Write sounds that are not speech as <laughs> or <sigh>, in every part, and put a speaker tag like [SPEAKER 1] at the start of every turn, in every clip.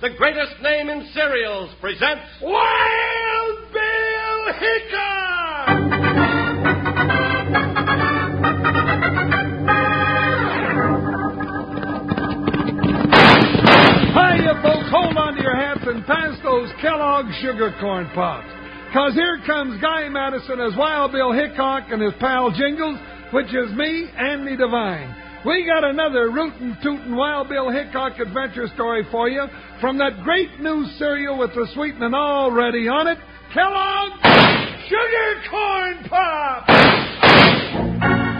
[SPEAKER 1] the greatest name in cereals, presents Wild Bill Hickok!
[SPEAKER 2] Hiya, folks, hold on to your hats and pass those Kellogg sugar corn pops. Cause here comes Guy Madison as Wild Bill Hickok and his pal Jingles, which is me, Andy Devine. We got another rootin' tootin' Wild Bill Hickok adventure story for you from that great new cereal with the sweetening already on it, Kellogg Sugar Corn Pops!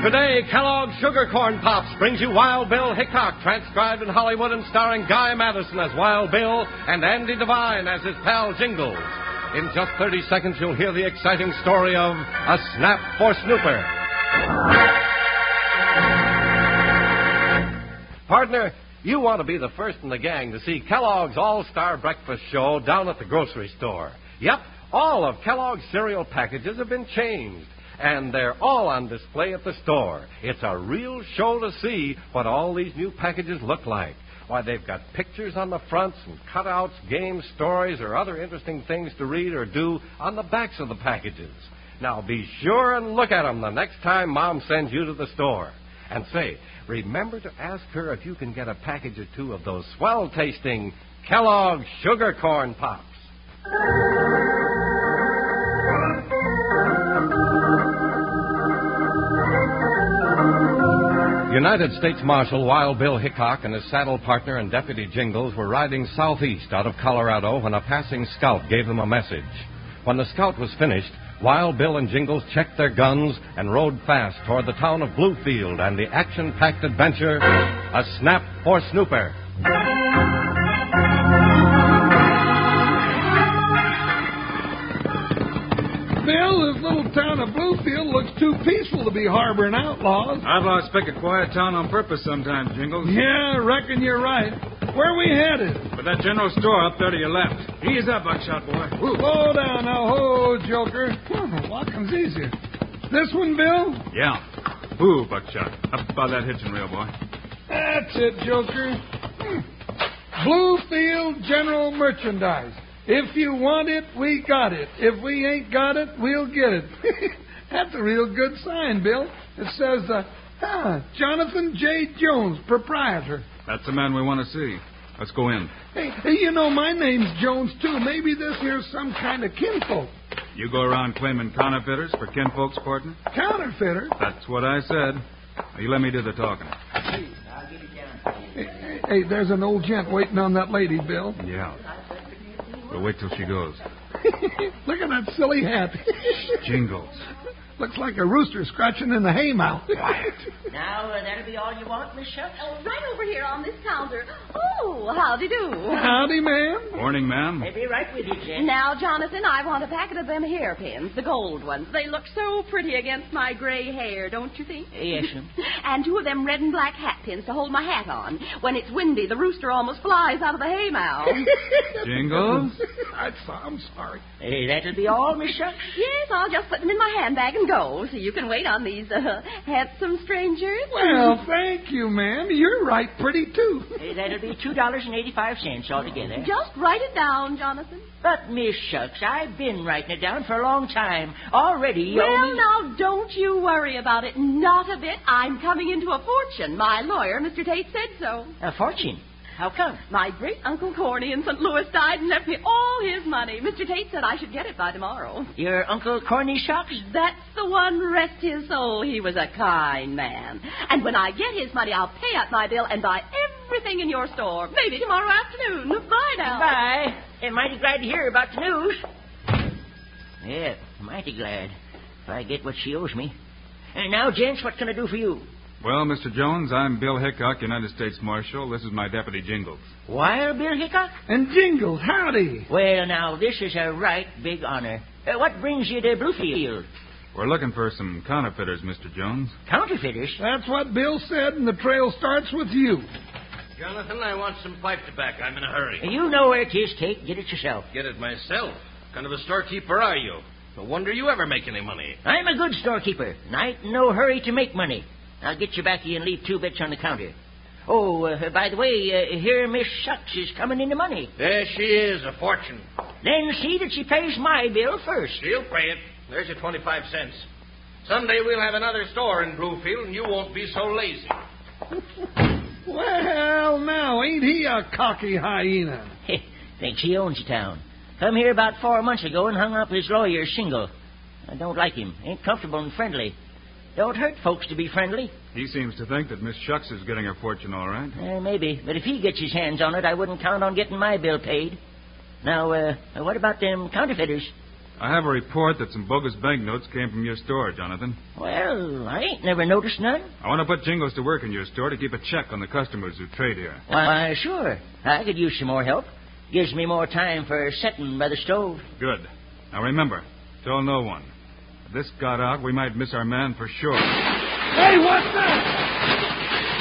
[SPEAKER 1] Today, Kellogg's Sugar Corn Pops brings you Wild Bill Hickok, transcribed in Hollywood and starring Guy Madison as Wild Bill and Andy Devine as his pal Jingles. In just 30 seconds, you'll hear the exciting story of A Snap for Snooper. Partner, you want to be the first in the gang to see Kellogg's All Star Breakfast Show down at the grocery store. Yep, all of Kellogg's cereal packages have been changed, and they're all on display at the store. It's a real show to see what all these new packages look like. Why, they've got pictures on the fronts and cutouts, games, stories, or other interesting things to read or do on the backs of the packages. Now, be sure and look at 'em the next time Mom sends you to the store. And say, remember to ask her if you can get a package or two of those swell tasting Kellogg's sugar corn pops. United States Marshal Wild Bill Hickok and his saddle partner and deputy Jingles were riding southeast out of Colorado when a passing scout gave them a message. When the scout was finished, Wild Bill and Jingles checked their guns and rode fast toward the town of Bluefield and the action packed adventure A Snap for Snooper.
[SPEAKER 2] Bill, this little town of Bluefield looks too peaceful to be harboring outlaws.
[SPEAKER 3] Outlaws pick a quiet town on purpose sometimes, Jingles.
[SPEAKER 2] Yeah, reckon you're right. Where we headed?
[SPEAKER 3] But that general store up there to your left. Ease up, Buckshot boy.
[SPEAKER 2] Slow down now, ho, Joker. Oh, walking's easier. This one, Bill?
[SPEAKER 3] Yeah. Ooh, Buckshot. Up by that hitching rail, boy.
[SPEAKER 2] That's it, Joker. Hmm. Bluefield General Merchandise. If you want it, we got it. If we ain't got it, we'll get it. <laughs> That's a real good sign, Bill. It says, uh, ah, Jonathan J. Jones, proprietor.
[SPEAKER 3] That's the man we want to see. Let's go in.
[SPEAKER 2] Hey, hey, you know, my name's Jones, too. Maybe this here's some kind of kinfolk.
[SPEAKER 3] You go around claiming counterfeiters for kinfolks, partner?
[SPEAKER 2] Counterfeiter?
[SPEAKER 3] That's what I said. Now, you let me do the talking.
[SPEAKER 2] Hey, hey, hey, there's an old gent waiting on that lady, Bill.
[SPEAKER 3] Yeah. We'll wait till she goes.
[SPEAKER 2] Look at that silly hat. <laughs>
[SPEAKER 3] Jingles.
[SPEAKER 2] Looks like a rooster scratching in the haymow.
[SPEAKER 4] Now, uh, that'll be all you want, Miss Shutt?
[SPEAKER 5] Oh, right over here on this counter. Oh,
[SPEAKER 2] <laughs>
[SPEAKER 5] howdy do.
[SPEAKER 2] Howdy, ma'am.
[SPEAKER 3] Morning, ma'am.
[SPEAKER 4] I'll be right with you, Jen.
[SPEAKER 5] Now, Jonathan, I want a packet of them hairpins, the gold ones. They look so pretty against my gray hair, don't you think?
[SPEAKER 4] Yes, ma'am.
[SPEAKER 5] And two of them red and black hat pins to hold my hat on. When it's windy, the rooster almost flies out of the haymow.
[SPEAKER 3] Jingles?
[SPEAKER 2] I'm so- I'm sorry.
[SPEAKER 4] <laughs> Hey, that'll be all, Miss Shutt?
[SPEAKER 5] yes, I'll just put them in my handbag and go, so you can wait on these uh, handsome strangers.
[SPEAKER 2] Well, thank you, ma'am. You're right pretty, too.
[SPEAKER 4] Hey, that'll be $2.85 altogether.
[SPEAKER 5] just write it down, Jonathan.
[SPEAKER 4] But, Miss Shucks, I've been writing it down for a long time. Already, you owe
[SPEAKER 5] Well,
[SPEAKER 4] me-
[SPEAKER 5] now, don't you worry about it. Not a bit. I'm coming into a fortune. My lawyer, Mr. Tate, said so.
[SPEAKER 4] A fortune. How come?
[SPEAKER 5] My great uncle Corney in St. Louis died and left me all his money. Mr. Tate said I should get it by tomorrow.
[SPEAKER 4] Your Uncle Corny Shucks?
[SPEAKER 5] That's the one, rest his soul. He was a kind man. And when I get his money, I'll pay up my bill and buy everything in your store. Maybe tomorrow afternoon. Bye now.
[SPEAKER 4] Bye. And mighty glad to hear about the news. Yeah, mighty glad. If I get what she owes me. And now, gents, what can I do for you?
[SPEAKER 3] Well, Mr. Jones, I'm Bill Hickok, United States Marshal. This is my deputy, Jingles.
[SPEAKER 4] Wire, Bill Hickok?
[SPEAKER 2] And Jingles, howdy.
[SPEAKER 4] Well, now, this is a right big honor. Uh, what brings you to Bluefield?
[SPEAKER 3] We're looking for some counterfeiters, Mr. Jones.
[SPEAKER 4] Counterfeiters?
[SPEAKER 2] That's what Bill said, and the trail starts with you.
[SPEAKER 6] Jonathan, I want some pipe tobacco. I'm in a hurry.
[SPEAKER 4] You know where it is, Tate. Get it yourself.
[SPEAKER 6] Get it myself. Kind of a storekeeper are you? No wonder you ever make any money.
[SPEAKER 4] I'm a good storekeeper, and I ain't in no hurry to make money. Now get your baccy and leave two bits on the counter. Oh, uh, by the way, uh, here Miss Shucks is coming into money.
[SPEAKER 6] There she is, a fortune.
[SPEAKER 4] Then see that she pays my bill first. <laughs>
[SPEAKER 6] She'll pay it. There's your 25 cents. Someday we'll have another store in Bluefield, and you won't be so lazy.
[SPEAKER 2] Well, now, ain't he a cocky hyena?
[SPEAKER 4] Thinks he owns the town. Come here about four months ago and hung up his lawyer's shingle. I don't like him. Ain't comfortable and friendly. Don't hurt folks to be friendly.
[SPEAKER 3] He seems to think that Miss Shucks is getting her fortune all right.
[SPEAKER 4] Eh, maybe, but if he gets his hands on it, I wouldn't count on getting my bill paid. Now, uh, what about them counterfeiters?
[SPEAKER 3] I have a report that some bogus banknotes came from your store, Jonathan.
[SPEAKER 4] Well, I ain't never noticed none.
[SPEAKER 3] I want to put jingles to work in your store to keep a check on the customers who trade here.
[SPEAKER 4] Why, sure. I could use some more help. Gives me more time for setting by the stove.
[SPEAKER 3] Good. Now remember, tell no one. If this got out, we might miss our man for sure.
[SPEAKER 2] Hey, what's that?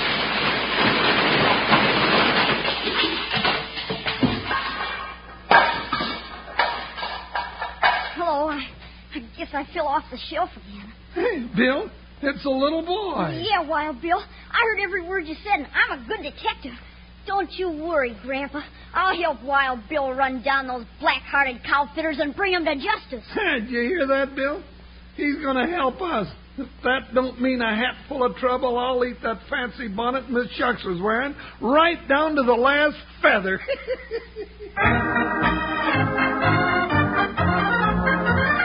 [SPEAKER 7] Oh, I, I guess I fell off the shelf again.
[SPEAKER 2] Hey, Bill, it's a little boy.
[SPEAKER 7] Yeah, Wild Bill. I heard every word you said, and I'm a good detective. Don't you worry, Grandpa. I'll help Wild Bill run down those black-hearted cowfitters and bring 'em to justice.
[SPEAKER 2] Did you hear that, Bill? He's going to help us. If that don't mean a hatful of trouble, I'll eat that fancy bonnet Miss Shucks was wearing right down to the last feather. <laughs>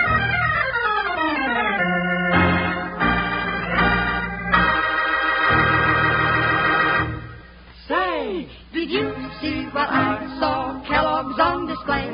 [SPEAKER 8] Say, did you see what I saw? Kellogg's on display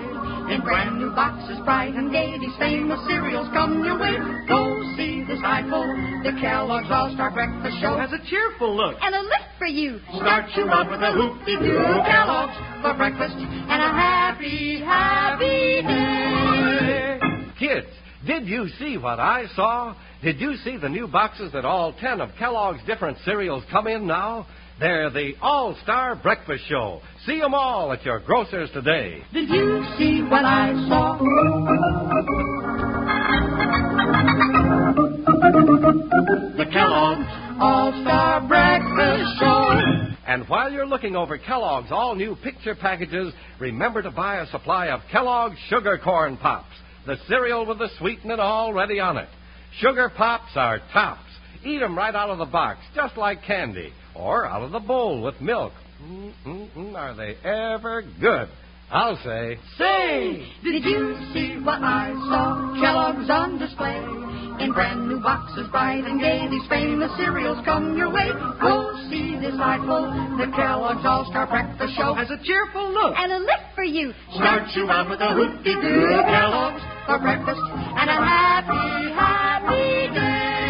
[SPEAKER 8] in brand new boxes, bright and gay. These famous cereals come your way. Go see the cycle. The Kellogg's All Star Breakfast Show has a cheerful look.
[SPEAKER 7] And a lift for you.
[SPEAKER 8] Start you out with a hoop-de-doo Kellogg's for breakfast and a happy, happy day.
[SPEAKER 1] Kids, did you see what I saw? Did you see the new boxes that all ten of Kellogg's different cereals come in now? They're the All Star Breakfast Show. See 'em all at your grocer's today.
[SPEAKER 8] Did you see what I saw? The Kellogg's All Star Breakfast Show.
[SPEAKER 1] And while you're looking over Kellogg's all new picture packages, remember to buy a supply of Kellogg's Sugar Corn Pops, the cereal with the sweetening already on it. Sugar Pops are tops. Eat 'em right out of the box, just like candy, or out of the bowl with milk. Mm-mm-mm, are they ever good? I'll say.
[SPEAKER 8] Say, did you see what I saw? Kellogg's on display. In brand new boxes, bright and gay, these famous cereals come your way. Go see this delightful. The Kellogg's All Star Breakfast Show has a cheerful look.
[SPEAKER 7] And a lift for you.
[SPEAKER 8] Start you out with a hoop-de-doo Kellogg's for breakfast and a happy, happy day.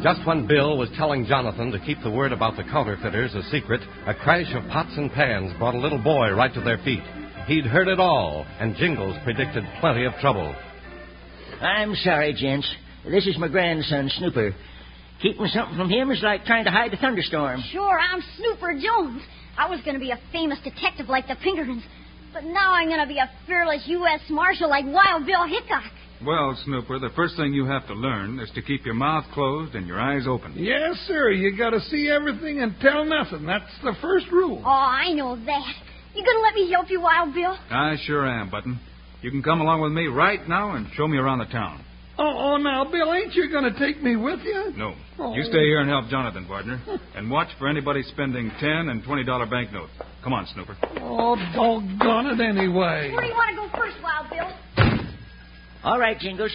[SPEAKER 1] Just when Bill was telling Jonathan to keep the word about the counterfeiters a secret, a crash of pots and pans brought a little boy right to their feet. He'd heard it all, and Jingles predicted plenty of trouble.
[SPEAKER 4] I'm sorry, gents. This is my grandson, Snooper. Keeping something from him is like trying to hide a thunderstorm.
[SPEAKER 7] Sure, I'm Snooper Jones. I was going to be a famous detective like the Pinkertons, but now I'm going to be a fearless U.S. Marshal like Wild Bill Hickok.
[SPEAKER 3] Well, Snooper, the first thing you have to learn is to keep your mouth closed and your eyes open.
[SPEAKER 2] yes, sir. You got to see everything and tell nothing. That's the first rule.
[SPEAKER 7] Oh, I know that. You going to let me help you, Wild Bill?
[SPEAKER 3] I sure am, Button. You can come along with me right now and show me around the town.
[SPEAKER 2] Oh, oh now, Bill, ain't you going to take me with you?
[SPEAKER 3] No.
[SPEAKER 2] Oh.
[SPEAKER 3] You stay here and help Jonathan, partner. and watch for anybody spending ten and twenty dollar banknotes. Come on, Snooper.
[SPEAKER 2] Oh, doggone it anyway.
[SPEAKER 7] Where do you want to go first, Wild Bill?
[SPEAKER 4] All right, Jingles.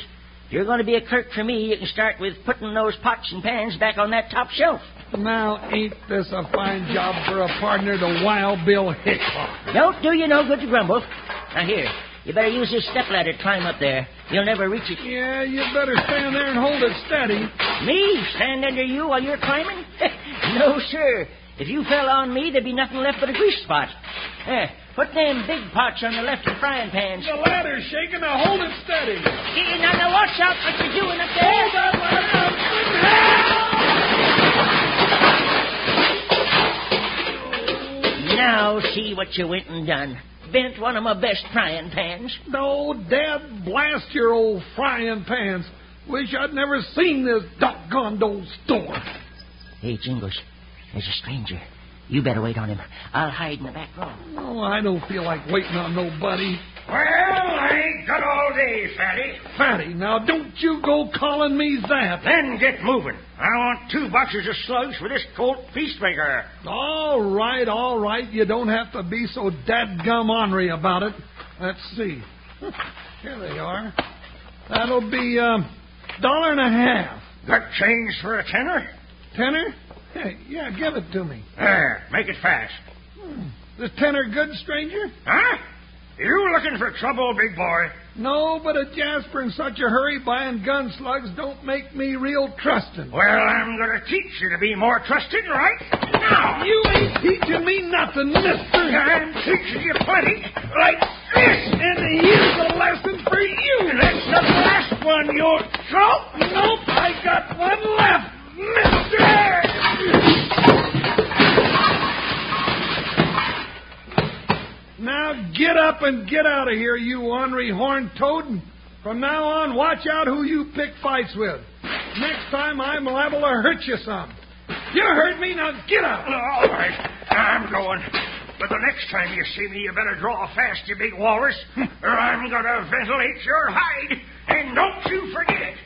[SPEAKER 4] If you're going to be a clerk for me, you can start with putting those pots and pans back on that top shelf.
[SPEAKER 2] Now, ain't this a fine job for a partner to Wild Bill Hickok?
[SPEAKER 4] Don't do you no good to grumble. Now, here, you better use this stepladder to climb up there. You'll never reach it.
[SPEAKER 2] Yeah, you better stand there and hold it steady.
[SPEAKER 4] Me stand under you while you're climbing? <laughs> no, sir. If you fell on me, there'd be nothing left but a grease spot. There, put them big pots on the left of the frying pans.
[SPEAKER 2] The ladder's shaking. Now hold it steady.
[SPEAKER 4] Eh, Now, now, watch out what you're doing up there. Now see what you went and done. bent one of my best frying pans.
[SPEAKER 2] No, Dad, blast your old frying pans. Wish I'd never seen this doggone old store.
[SPEAKER 4] Hey, Jingles, there's a stranger. You better wait on him. I'll hide in the back room.
[SPEAKER 2] Oh, I don't feel like waiting on nobody.
[SPEAKER 6] Well, I ain't got all day, Fatty.
[SPEAKER 2] Fatty, now don't you go calling me that.
[SPEAKER 6] Then get moving. I want two boxes of slugs for this cold peacemaker.
[SPEAKER 2] All right, all right. You don't have to be so dadgum ornery about it. Let's see. <laughs> Here they are. That'll be um, dollar and a half.
[SPEAKER 6] Got change for a tenner?
[SPEAKER 2] Tenner? Hey, yeah, give it to me.
[SPEAKER 6] There, make it fast.
[SPEAKER 2] This tenner good, stranger?
[SPEAKER 6] Huh? You looking for trouble, big boy?
[SPEAKER 2] No, but a Jasper in such a hurry buying gun slugs don't make me real trusting.
[SPEAKER 6] Well, I'm going to teach you to be more trusted right now.
[SPEAKER 2] You ain't teaching me nothing, mister.
[SPEAKER 6] I'm teaching you plenty like this.
[SPEAKER 2] And here's a lesson for you.
[SPEAKER 6] That's the last one, you troll.
[SPEAKER 2] Nope, I got one left, mister. Now get up and get out of here, you ornery horned toad. And From now on, watch out who you pick fights with. Next time, I'm liable to hurt you some. You heard me, now get out.
[SPEAKER 6] All right, I'm going. But the next time you see me, you better draw fast, you
[SPEAKER 2] <laughs>
[SPEAKER 6] big walrus, or I'm going to ventilate your hide. And don't you forget it.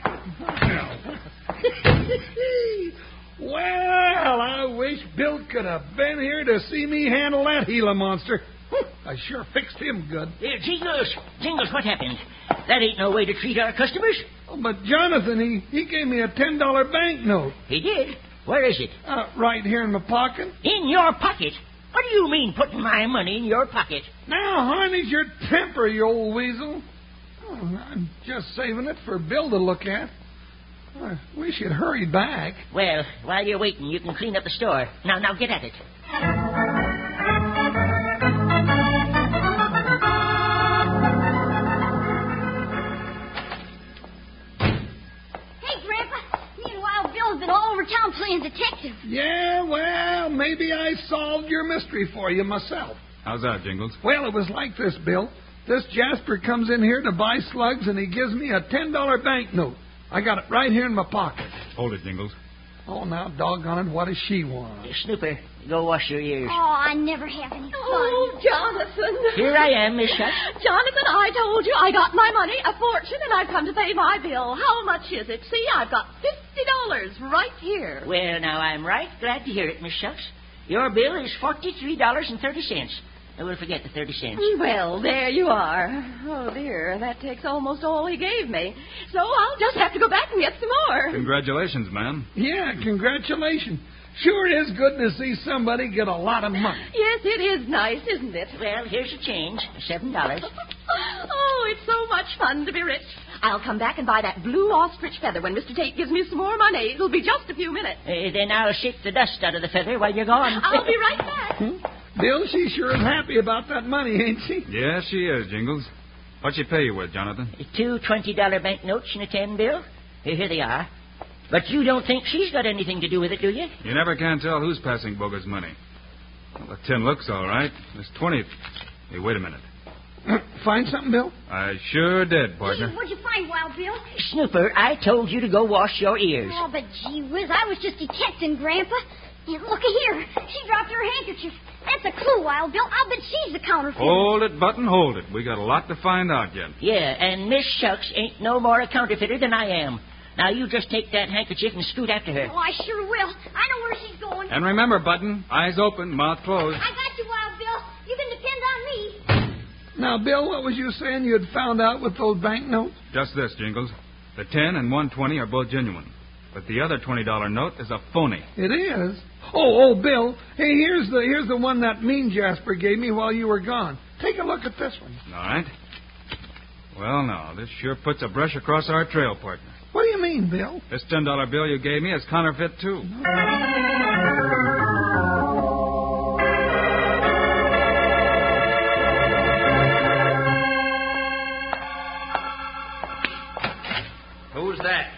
[SPEAKER 2] <laughs> Well, I wish Bill could have been here to see me handle that Gila monster. <laughs> I sure fixed him good.
[SPEAKER 4] Here, Jingles, Jingles, what happened? That ain't no way to treat our customers.
[SPEAKER 2] Oh, but Jonathan, he, he gave me a $10 banknote
[SPEAKER 4] He did. Where is it?
[SPEAKER 2] uh, right here in my pocket.
[SPEAKER 4] In your pocket. What do you mean putting my money in your pocket?
[SPEAKER 2] Now harness your temper, you old weasel. Oh, I'm just saving it for Bill to look at. I wish you'd hurry back.
[SPEAKER 4] Well, while you're waiting, you can clean up the store. Now, now, get at it.
[SPEAKER 7] Hey, Grandpa, me and Wild Bill's been all over town playing detective.
[SPEAKER 2] Yeah, well, maybe I solved your mystery for you myself.
[SPEAKER 3] How's that, Jingles?
[SPEAKER 2] Well, it was like this, Bill. This Jasper comes in here to buy slugs, and he gives me a $10 banknote. I got it right here in my pocket.
[SPEAKER 3] Hold it, Jingles.
[SPEAKER 2] Oh, now, doggone it, what does she want?
[SPEAKER 4] Snooper, go wash your ears.
[SPEAKER 7] Oh, I never have any fun.
[SPEAKER 5] Oh, Jonathan.
[SPEAKER 4] Here I am, Miss Shutt.
[SPEAKER 5] Jonathan, I told you I got my money, a fortune, and I've come to pay my bill. How much is it? See, I've got $50 right here.
[SPEAKER 4] Well, now, I'm right glad to hear it, Miss Shucks. Your bill is $43.30. I will forget the 30 cents.
[SPEAKER 5] Well, there you are. Oh, dear, that takes almost all he gave me. So I'll just have to go back and get some more.
[SPEAKER 3] Congratulations, man.
[SPEAKER 2] Yeah, congratulations. Sure is good to see somebody get a lot of money.
[SPEAKER 5] Yes, it is nice, isn't it?
[SPEAKER 4] Well, here's your change, $7.
[SPEAKER 5] Oh, it's so much fun to be rich. I'll come back and buy that blue ostrich feather when Mr. Tate gives me some more money. It'll be just a few minutes.
[SPEAKER 4] Eh, then I'll shake the dust out of the feather while you're gone.
[SPEAKER 5] I'll be right back.
[SPEAKER 2] Bill, she sure is happy about that money, ain't she?
[SPEAKER 3] Yes, she is, Jingles. What'd she pay you with, Jonathan?
[SPEAKER 4] <laughs> Two $20 banknotes and a 10 bill. Eh, Here they are. But you don't think she's got anything to do with it, do you?
[SPEAKER 3] You never can tell who's passing bogus money. Well, the ten looks all right. There's twenty. Hey, wait a minute.
[SPEAKER 2] <clears throat> Find something, Bill?
[SPEAKER 3] I sure did, partner.
[SPEAKER 7] Gee, what'd you find, Wild Bill?
[SPEAKER 4] Snooper, I told you to go wash your ears.
[SPEAKER 7] Oh, but gee whiz, I was just detecting, Grandpa. And look here, she dropped her handkerchief. That's a clue, Wild Bill. I'll bet she's the counterfeit.
[SPEAKER 3] Hold it, Button, hold it. We got a lot to find out yet.
[SPEAKER 4] Yeah, and Miss Shucks ain't no more a counterfeiter than I am. Now, you just take that handkerchief and scoot after her.
[SPEAKER 7] Oh, I sure will. I know where she's going.
[SPEAKER 3] And remember, Button, eyes open, mouth closed.
[SPEAKER 7] I got you, Wild Bill. You can depend on me.
[SPEAKER 2] Now, Bill, what was you saying you had found out with those banknotes?
[SPEAKER 3] Just this, Jingles. The ten and one twenty are both genuine. But the other twenty dollar note is a phony.
[SPEAKER 2] It is. Oh, oh, Bill. Hey, here's the here's the one that mean Jasper gave me while you were gone. Take a look at this one.
[SPEAKER 3] All right. Well, now, this sure puts a brush across our trail, partner.
[SPEAKER 2] What do you mean, Bill?
[SPEAKER 3] This ten dollar bill you gave me is counterfeit too.
[SPEAKER 6] Who's that?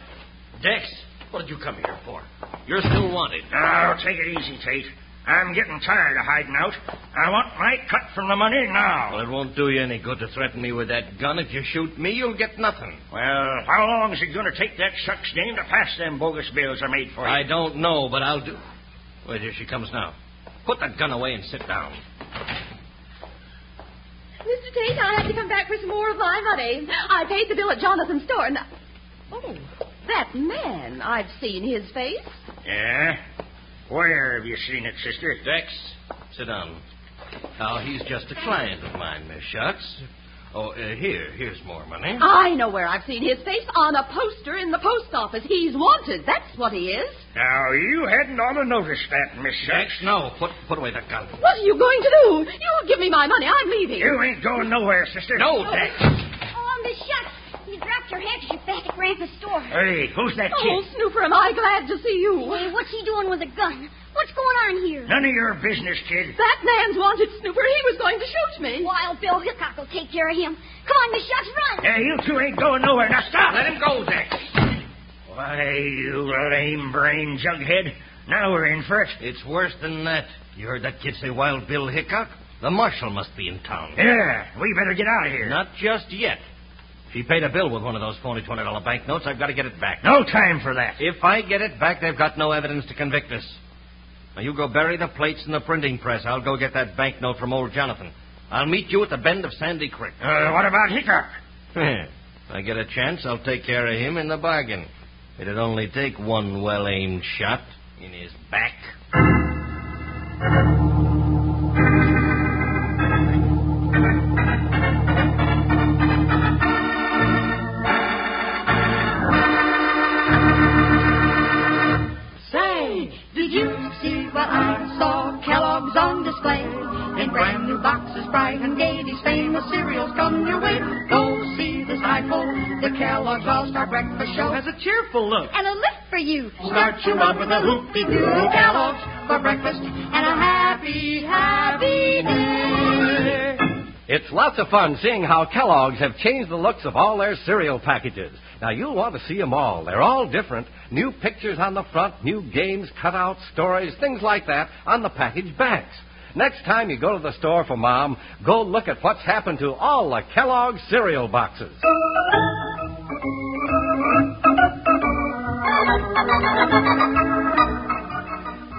[SPEAKER 6] Dex. What did you come here for? You're still wanted. Now, take it easy, Tate. I'm getting tired of hiding out. I want my cut from the money
[SPEAKER 1] Well,
[SPEAKER 6] now.
[SPEAKER 1] it won't do you any good to threaten me with that gun. If you shoot me, you'll get nothing.
[SPEAKER 6] Well, how long is it going to take that suck's name to pass them bogus bills I made for you?
[SPEAKER 1] I don't know, but I'll do. Well, here she comes now. Put that gun away and sit down.
[SPEAKER 5] Mr. Tate, I have to come back for some more of my money. I paid the bill at Jonathan's store and. Oh, that man. I've seen his face.
[SPEAKER 6] Yeah? Where have you seen it, sister?
[SPEAKER 1] Dex, sit down. Now, he's just a client of mine, Miss Shucks. Oh, uh, here, here's more money.
[SPEAKER 6] Oh.
[SPEAKER 5] I know where I've seen his face on a poster in the post office. He's wanted. That's what he is.
[SPEAKER 6] Now, you hadn't ought to notice that, Miss
[SPEAKER 1] Dex,
[SPEAKER 6] Shucks.
[SPEAKER 1] no, put, put away that gun.
[SPEAKER 5] What are you going to do? You won't give me my money. I'm leaving.
[SPEAKER 6] You ain't going nowhere, sister.
[SPEAKER 1] No, Dex.
[SPEAKER 7] Oh, Miss Shucks, you dropped your handkerchief back at Grandpa's store.
[SPEAKER 6] Hey, who's that
[SPEAKER 5] Oh,
[SPEAKER 6] kid?
[SPEAKER 5] Snooper, am I glad to see you.
[SPEAKER 7] Hey, what's he doing with a gun? What's going on here?
[SPEAKER 6] None of your business, kid.
[SPEAKER 5] That man's wanted, Snooper. He was going to shoot me.
[SPEAKER 7] Wild Bill Hickok will take care of him. Come on, Miss Shucks, run!
[SPEAKER 6] Yeah, you two ain't going nowhere. Now stop.
[SPEAKER 1] Let him go, Dex.
[SPEAKER 6] Why, you lame brain jughead. Now we're in for it.
[SPEAKER 1] It's worse than that. You heard that kid say Wild Bill Hickok? The marshal must be in town.
[SPEAKER 6] Yeah, we better get out of here.
[SPEAKER 1] Not just yet. She paid a bill with one of those phony $20 banknotes. I've got to get it back.
[SPEAKER 6] No time for that.
[SPEAKER 1] If I get it back, they've got no evidence to convict us. Now, you go bury the plates in the printing press. I'll go get that banknote from old Jonathan. I'll meet you at the bend of Sandy Creek.
[SPEAKER 6] Uh, what about Hickok?
[SPEAKER 1] <laughs> if I get a chance, I'll take care of him in the bargain. It'd only take one well aimed shot in his back.
[SPEAKER 8] Say, did you see what I saw? Kellogg's on display in brand new boxes, bright and gay. These famous cereals come your way. Go see the cycle. The Kellogg's All Star Breakfast Show has a cheerful look.
[SPEAKER 7] And a lift for you.
[SPEAKER 8] Start you up with a hoopy doo Kellogg's for breakfast and a happy, happy day.
[SPEAKER 1] It's lots of fun seeing how Kellogg's have changed the looks of all their cereal packages. Now, you'll want to see them all. They're all different. New pictures on the front, new games, cutouts, stories, things like that on the package backs. Next time you go to the store for Mom, go look at what's happened to all the Kellogg's cereal boxes.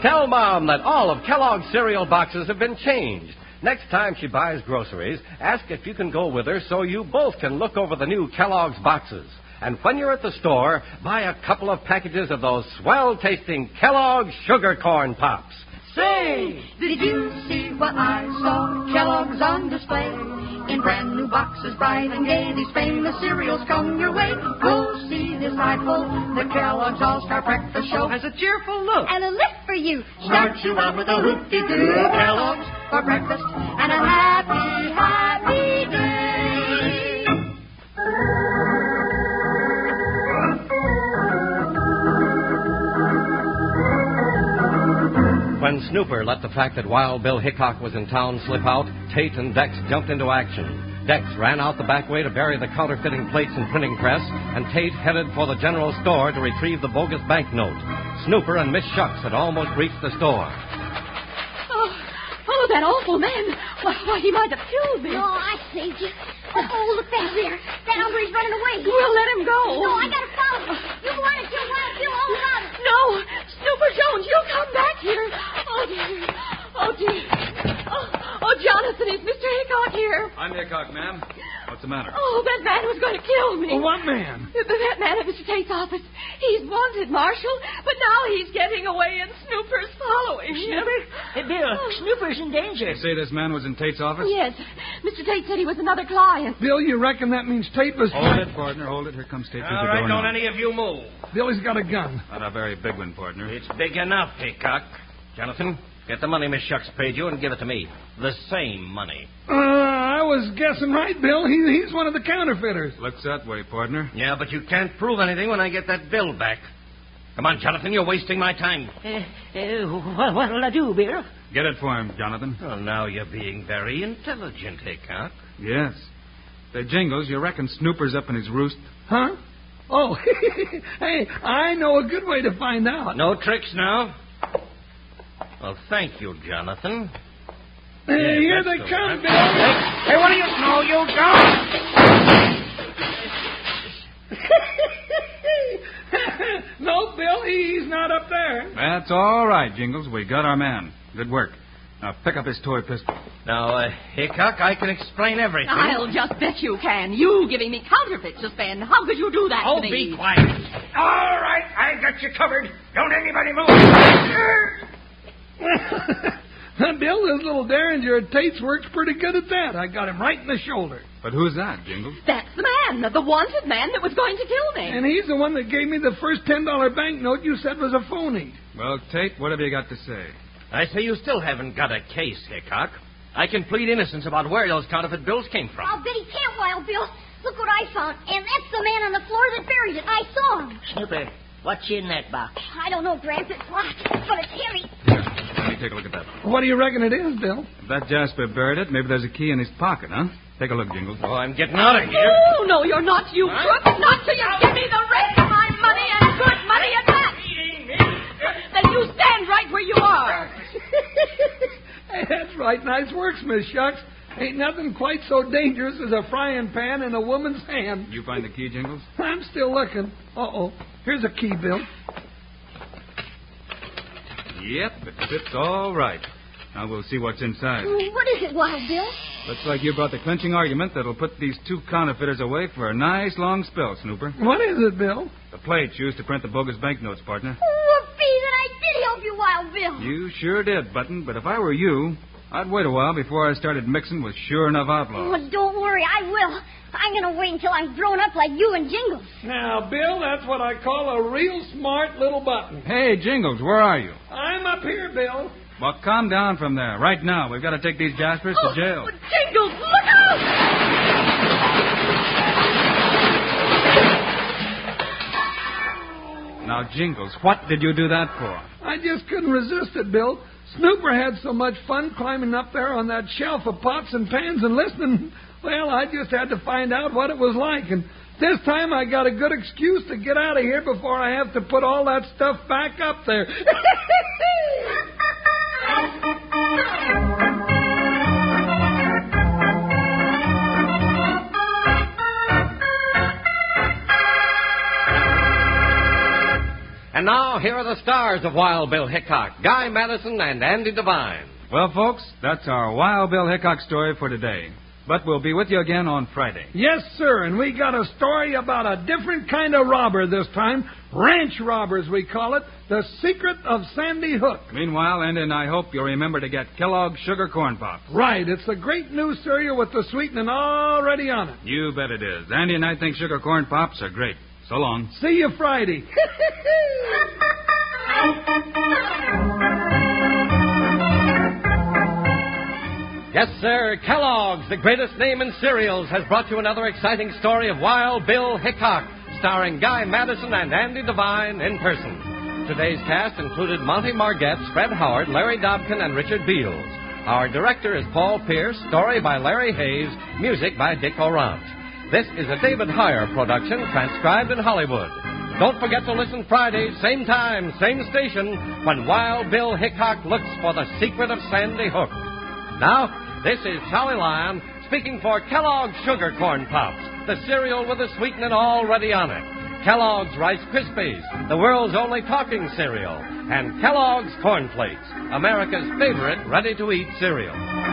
[SPEAKER 1] Tell Mom that all of Kellogg's cereal boxes have been changed. Next time she buys groceries, ask if you can go with her so you both can look over the new Kellogg's boxes. And when you're at the store, buy a couple of packages of those swell tasting Kellogg's sugar corn pops.
[SPEAKER 8] Say, did you see what I saw? Kellogg's on display in brand new boxes, bright and gay. These famous cereals come your way. Go see this eyeful. The Kellogg's All Star Breakfast Show Oh, has a cheerful look.
[SPEAKER 7] And a lift for you.
[SPEAKER 8] Start you out with a hoop de doo Kellogg's for breakfast and a happy, happy day.
[SPEAKER 1] When Snooper let the fact that Wild Bill Hickok was in town slip out, Tate and Dex jumped into action. Dex ran out the back way to bury the counterfeiting plates and printing press, and Tate headed for the general store to retrieve the bogus banknote. Snooper and Miss Shucks had almost reached the store.
[SPEAKER 5] Oh, oh, that awful man. Why, why, he might have killed me.
[SPEAKER 7] Oh, I saved you. Oh, oh, look back there. That hombre's running away.
[SPEAKER 5] We'll let him go.
[SPEAKER 7] No, I gotta follow him. You go on and kill Wild Bill all about it.
[SPEAKER 5] No, Snooper Jones, you'll come back here. Oh, dear. Oh, dear. Oh, oh Jonathan, is Mr. Hickok here?
[SPEAKER 3] I'm Hickok, ma'am. What's the matter?
[SPEAKER 5] Oh, that man was going to kill me.
[SPEAKER 2] What man?
[SPEAKER 5] But That man at Mr. Tate's office, he's wanted, Marshal, but now he's getting away and Snooper's following him.
[SPEAKER 4] Hey, Eh, Bill, Snooper's in danger.
[SPEAKER 3] You say this man was in Tate's office?
[SPEAKER 5] Yes, Mr. Tate said he was another client.
[SPEAKER 2] Bill, you reckon that means Tate was.
[SPEAKER 3] Hold it, partner. Hold it. Here comes Tate through
[SPEAKER 1] All
[SPEAKER 3] the
[SPEAKER 1] right,
[SPEAKER 3] door.
[SPEAKER 1] don't
[SPEAKER 3] now.
[SPEAKER 1] any of you move.
[SPEAKER 2] Billy's got a gun.
[SPEAKER 3] Not a very big one, partner.
[SPEAKER 1] It's big enough, Hickok. Jonathan, get the money Miss Shucks paid you and give it to me. The same money.
[SPEAKER 2] Uh, I was guessing right, Bill. He, he's one of the counterfeiters.
[SPEAKER 3] Looks that way, partner.
[SPEAKER 1] Yeah, but you can't prove anything when I get that bill back. Come on, Jonathan, you're wasting my time.
[SPEAKER 4] Uh, uh, what, what'll I do, Bill?
[SPEAKER 3] Get it for him, Jonathan.
[SPEAKER 1] Well, now you're being very intelligent, Hickok.
[SPEAKER 3] Yes. Say, Jingles, you reckon Snooper's up in his roost?
[SPEAKER 2] Huh? Oh, <laughs> hey, I know a good way to find out.
[SPEAKER 1] No tricks now.
[SPEAKER 9] Well, thank you, Jonathan.
[SPEAKER 2] Hey, here
[SPEAKER 9] that's
[SPEAKER 2] they
[SPEAKER 9] the
[SPEAKER 2] come,
[SPEAKER 9] one.
[SPEAKER 2] Bill.
[SPEAKER 6] Hey, what do you know? You don't.
[SPEAKER 2] <laughs> no, Bill, he's not up there.
[SPEAKER 3] That's all right, Jingles. We got our man. Good work. Now pick up his toy pistol.
[SPEAKER 9] Now, uh, Hickok, I can explain everything.
[SPEAKER 5] I'll just bet you can. You giving me counterfeit suspend. How could you do that
[SPEAKER 9] Oh,
[SPEAKER 5] to me?
[SPEAKER 9] be quiet.
[SPEAKER 6] All right, I got you covered. Don't anybody move. Er,
[SPEAKER 2] <laughs> Bill, this little Derringer at Tate's works pretty good at that. I got him right in the shoulder.
[SPEAKER 3] But who's that, Jingles?
[SPEAKER 5] That's the man, the wanted man that was going to kill me.
[SPEAKER 2] And he's the one that gave me the first $10 banknote you said was a phony.
[SPEAKER 3] Well, Tate, what have you got to say?
[SPEAKER 9] I say you still haven't got a case, Hickok. I can plead innocence about where those counterfeit bills came from.
[SPEAKER 7] I'll bet he can't, Wild Bill. Look what I found. And that's the man on the floor that buried it. I saw him.
[SPEAKER 4] Snooper, what's in that box?
[SPEAKER 7] I don't know, Gramps. It's locked, but it's heavy.
[SPEAKER 3] Here, let me take a look at that.
[SPEAKER 2] What do you reckon it is, Bill?
[SPEAKER 3] If that Jasper buried it, maybe there's a key in his pocket, huh? Take a look, Jingles.
[SPEAKER 9] Oh, I'm getting out of here.
[SPEAKER 5] No, no, you're not, you crook. Not till you give me the rest of my money and good money at that. Then you stand right where you are. <laughs>
[SPEAKER 2] Hey, that's right. Nice works, Miss Shucks. Ain't nothing quite so dangerous as a frying pan in a woman's hand.
[SPEAKER 3] You find the key, Jingles?
[SPEAKER 2] I'm still looking. Uh-oh. Here's a key, Bill.
[SPEAKER 3] Yep, it fits all right. Now we'll see what's inside.
[SPEAKER 7] What is it, Wild Bill?
[SPEAKER 3] Looks like you brought the clinching argument that'll put these two counterfeiters away for a nice long spell, Snooper.
[SPEAKER 2] What is it, Bill?
[SPEAKER 3] The plates used to print the bogus banknotes, partner.
[SPEAKER 7] Whoopee, that I did help you, Wild Bill.
[SPEAKER 3] You sure did, Button, but if I were you, I'd wait a while before I started mixing with sure enough outlaws.
[SPEAKER 7] Well, Oh, don't worry. I will. I'm going to wait until I'm grown up like you and Jingles. <laughs>
[SPEAKER 2] Now, Bill, that's what I call a real smart little button.
[SPEAKER 3] Hey, Jingles, where are you?
[SPEAKER 2] I'm up here, Bill.
[SPEAKER 3] Well, calm down from there. Right now, we've got to take these Jaspers to jail.
[SPEAKER 5] But Oh, Jingles, look out!
[SPEAKER 3] Now, Jingles, what did you do that for?
[SPEAKER 2] I just couldn't resist it, Bill. Snooper had so much fun climbing up there on that shelf of pots and pans and listening. <laughs> Well, I just had to find out what it was like. And this time I got a good excuse to get out of here before I have to put all that stuff back up there. <laughs>
[SPEAKER 1] And now, here are the stars of Wild Bill Hickok, Guy Madison, and Andy Devine.
[SPEAKER 3] Well, folks, that's our Wild Bill Hickok story for today. But we'll be with you again on Friday.
[SPEAKER 2] yes, sir. And we got a story about a different kind of robber this time. Ranch robbers, we call it. The secret of Sandy Hook.
[SPEAKER 3] Meanwhile, Andy and I hope you'll remember to get Kellogg's Sugar Corn Pops.
[SPEAKER 2] Right. It's a great new cereal with the sweetening already on it.
[SPEAKER 3] You bet it is. Andy and I think Sugar Corn Pops are great. So long.
[SPEAKER 2] See you Friday.
[SPEAKER 1] Yes, sir. Kellogg's, the greatest name in cereals, has brought you another exciting story of Wild Bill Hickok, starring Guy Madison and Andy Devine in person. Today's cast included Monty Margetts, Fred Howard, Larry Dobkin, and Richard Beals. Our director is Paul Pierce, story by Larry Hayes, music by Dick Orant. This is a David Heyer production, transcribed in Hollywood. Don't forget to listen Friday, same time, same station, when Wild Bill Hickok looks for the secret of Sandy Hook. Now, this is Charlie Lyon speaking for Kellogg's Sugar Corn Pops, the cereal with the sweetening already on it. Kellogg's Rice Krispies, the world's only talking cereal, and Kellogg's Corn Flakes, America's favorite ready-to-eat cereal.